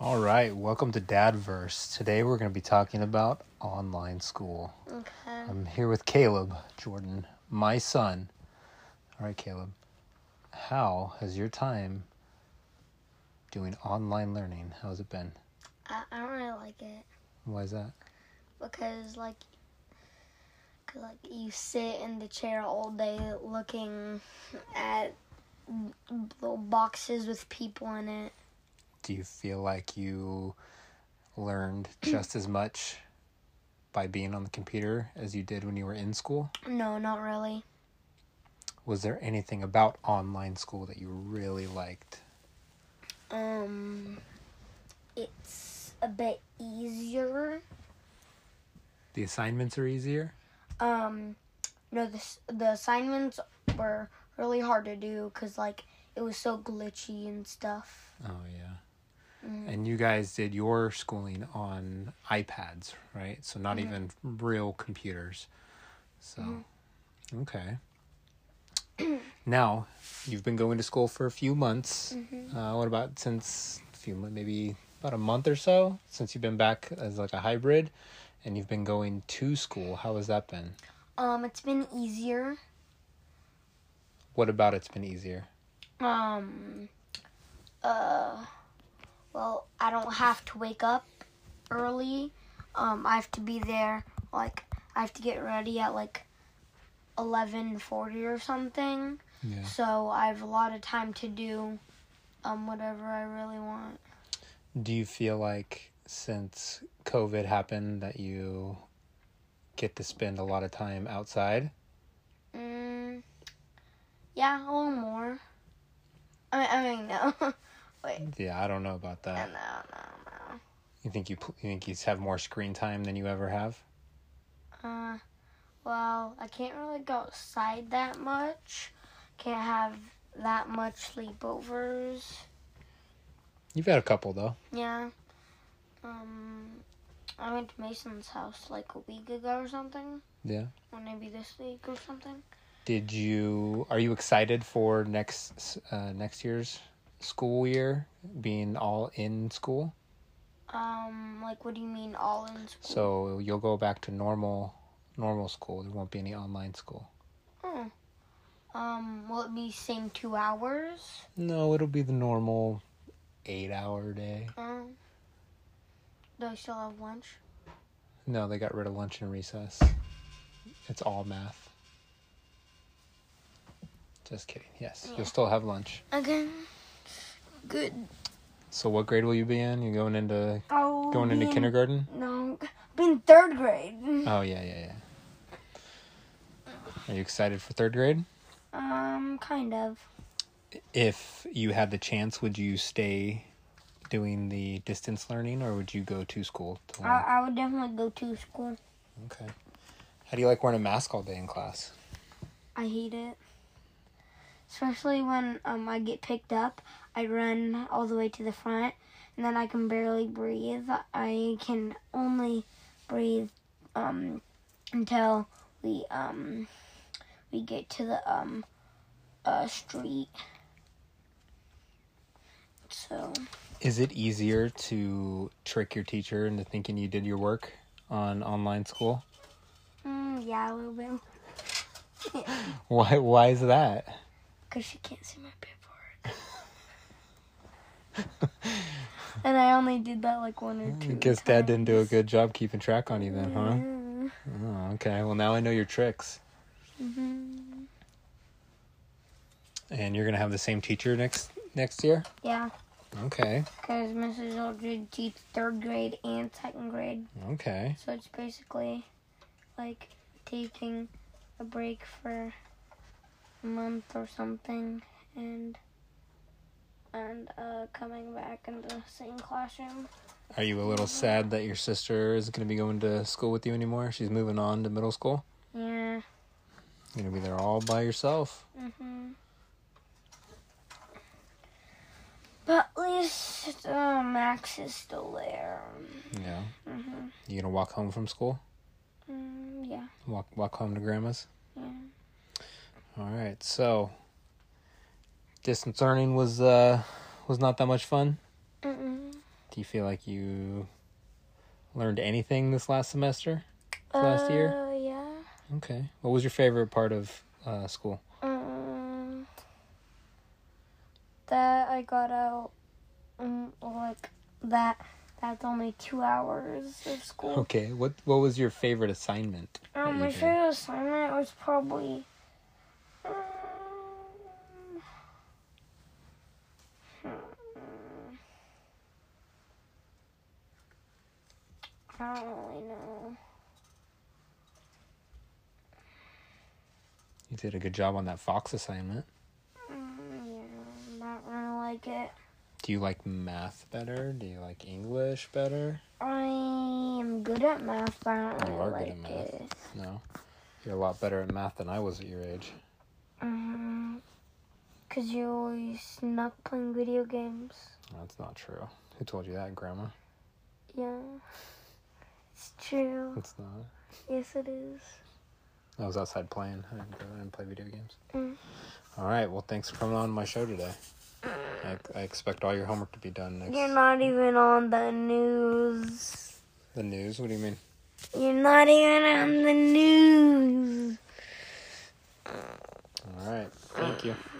All right, welcome to Dadverse. Today we're going to be talking about online school. Okay. I'm here with Caleb Jordan, my son. All right, Caleb, how has your time doing online learning? How has it been? I, I don't really like it Why is that? because like, cause like you sit in the chair all day looking at little boxes with people in it. Do you feel like you learned just as much by being on the computer as you did when you were in school? No, not really. Was there anything about online school that you really liked? Um, it's a bit easier. The assignments are easier? Um, no, the s- the assignments were really hard to do because like it was so glitchy and stuff. Oh yeah. And you guys did your schooling on iPads, right? So not even real computers. So okay. now, you've been going to school for a few months. Uh, what about since a few mon- maybe about a month or so since you've been back as like a hybrid and you've been going to school. How has that been? Um, it's been easier. What about it's been easier? Um. Uh. Well, I don't have to wake up early. Um, I have to be there. Like, I have to get ready at like eleven forty or something. Yeah. So I have a lot of time to do um whatever I really want. Do you feel like since COVID happened that you get to spend a lot of time outside? Mm, yeah, a little more. I mean, I mean no. Wait. Yeah, I don't know about No, that. no, no, You think you pl- you think you have more screen time than you ever have? no. Uh, well, I can't really go outside that much. Can't have that much sleepovers. You've had a couple though. Yeah. Um, I went to Mason's house like a week ago or something, Yeah. or maybe this week or something. Did you are you excited for next s- uh, next year's school year being all in school? Um, like what do you mean all in school? So you'll go back to normal normal school. There won't be any online school. Oh. Um, will it be same two hours? No, it'll be the normal 8-hour day. Um, do I still have lunch? No, they got rid of lunch and recess. It's all math. Just kidding. Yes, Yeah. you'll still have lunch. Okay. Good. So, what grade will you be in? You're going into Oh. going into kindergarten? No, be in third grade. Oh yeah, yeah, yeah. Are you excited for third grade? Um, kind of. If you had the chance, would you stay doing the distance learning, or would you go to school? To learn? I, I would definitely go to school. okay. How do you like wearing a mask all day in class? I hate it. Especially when um I get picked up, I run all the way to the front, and then I can barely breathe. I can only breathe um until we um we get to the um uh street. So Is it easier to trick your teacher into thinking you did your work on online school? mm, yeah, a little bit, Why? Why is that? cause she can't see my paperwork. and I only did that like one or I two. guess Dad didn't do a times. good job keeping track on you then, huh? Yeah. Oh, okay. Well, now I know your tricks. Mhm. And you're gonna have the same teacher next next year. Yeah, Okay. because Mrs. Aldridge teaches third grade and second grade, Okay. so it's basically like taking a break for a month or something, and and uh, coming back in the same classroom. Are you a little sad that your sister is gonna be going to school with you anymore? She's moving on to middle school. Yeah. You're gonna be there all by yourself. Mhm. But at least uh, Max is still there. Yeah. Mhm. You gonna walk home from school? Mm, yeah. Walk walk home to grandma's. Yeah. All right. So distance learning was uh was not that much fun. Mm-mm. Do you feel like you learned anything this last semester? Last year? Uh, yeah. Okay. What was your favorite part of uh, school? Um, that I got out, um, like that. That's only two hours of school. Okay. What What was your favorite assignment? Um, my Okay. favorite assignment was probably. um, hmm. I don't really know. You did a good job on that Fox assignment. Um, yeah, not really like it. Do you like math better? Do you like English better? I am good at math, but I don't You really are good at like math. it. No. You're a lot better at math than I was at your age. Um, Cause you always not playing video games. That's not true. Who told you that, Grandma? Yeah, it's true. That's not. Yes, it is. I was outside playing. I didn't, go- I didn't play video games. Mm. All right. Well, thanks for coming on my show today. I, I expect all your homework to be done next. You're not even on the news. The news? What do you mean? You're not even on the news. All right. Thank you.